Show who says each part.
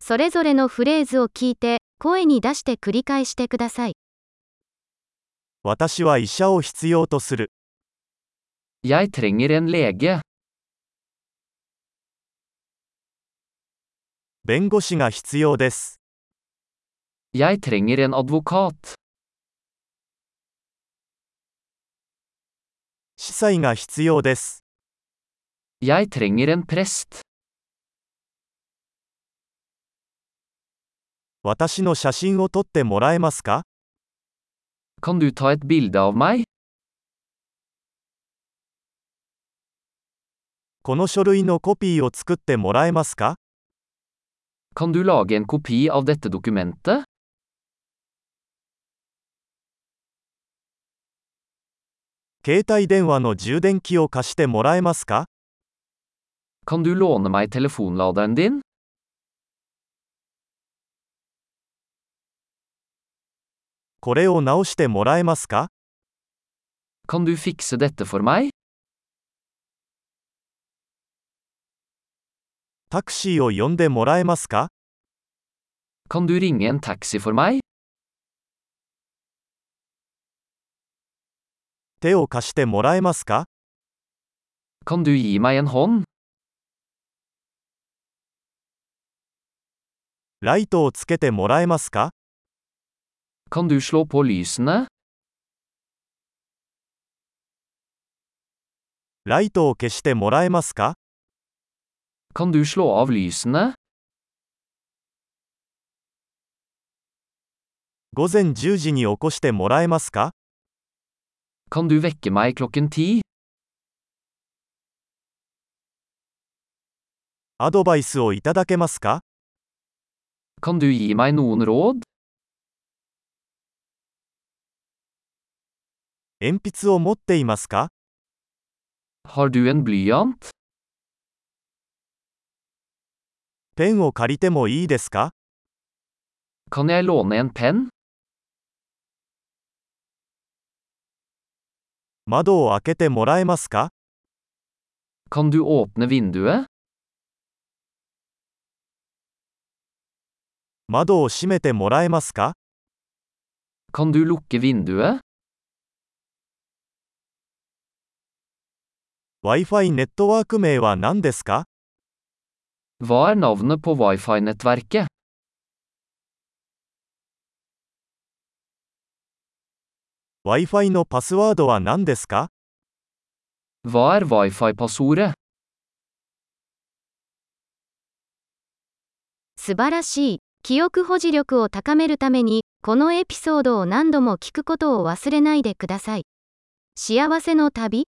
Speaker 1: それぞれのフレーズを聞いて、声に出して繰り返してください。
Speaker 2: 私は医者を必要とする。
Speaker 3: Jeg trenger en lege.
Speaker 2: 弁護士が必要です。
Speaker 3: Jeg trenger en advokat.
Speaker 2: 司祭が必要です。
Speaker 3: Jeg trenger en prest.
Speaker 2: 私の写真を撮ってもらえますか
Speaker 3: Kan du ta et bilde av meg?
Speaker 2: この書類のコピーを作ってもらえますか
Speaker 3: Kan du lage en kopi av dette dokumentet?
Speaker 2: 携帯電話の充電器を貸してもらえますか
Speaker 3: Kan du låne meg telefonladeren din?
Speaker 2: これを直してもらえますか
Speaker 3: Kan du fikse dette for meg?
Speaker 2: タクシーを呼んでもらえますか
Speaker 3: Kan du ringe en taxi for meg?
Speaker 2: 手を貸してもらえますか
Speaker 3: Kan du gi meg en hånd?
Speaker 2: ライトをつけてもらえますか
Speaker 3: Kan du slå på lysene?
Speaker 2: ライトを消してもらえますか
Speaker 3: Kan du slå av lysene?
Speaker 2: 午前10時に起こしてもらえますか
Speaker 3: Kan du vekke meg klokken ti?
Speaker 2: アドバイスをいただけますか
Speaker 3: Kan du gi meg noen råd?
Speaker 2: 鉛筆を持っていますか
Speaker 3: Har du en blyant?
Speaker 2: ペンを借りてもいいですか
Speaker 3: Kan jeg låne en penn?
Speaker 2: 窓を開けてもらえますか
Speaker 3: Kan du åpne vinduet?
Speaker 2: 窓を閉めてもらえますか
Speaker 3: Kan du lukke vinduet?
Speaker 2: ?Wi-Fi ネットワーク名は何ですか
Speaker 3: Hva er navnet på wifi-nettverket?
Speaker 2: ワイファイのパスワードは何ですか
Speaker 3: Hva er wifi-passordet?
Speaker 1: 素晴らしい。記憶保持力を高めるために、このエピソードを何度も聞くことを忘れないでください。幸せの旅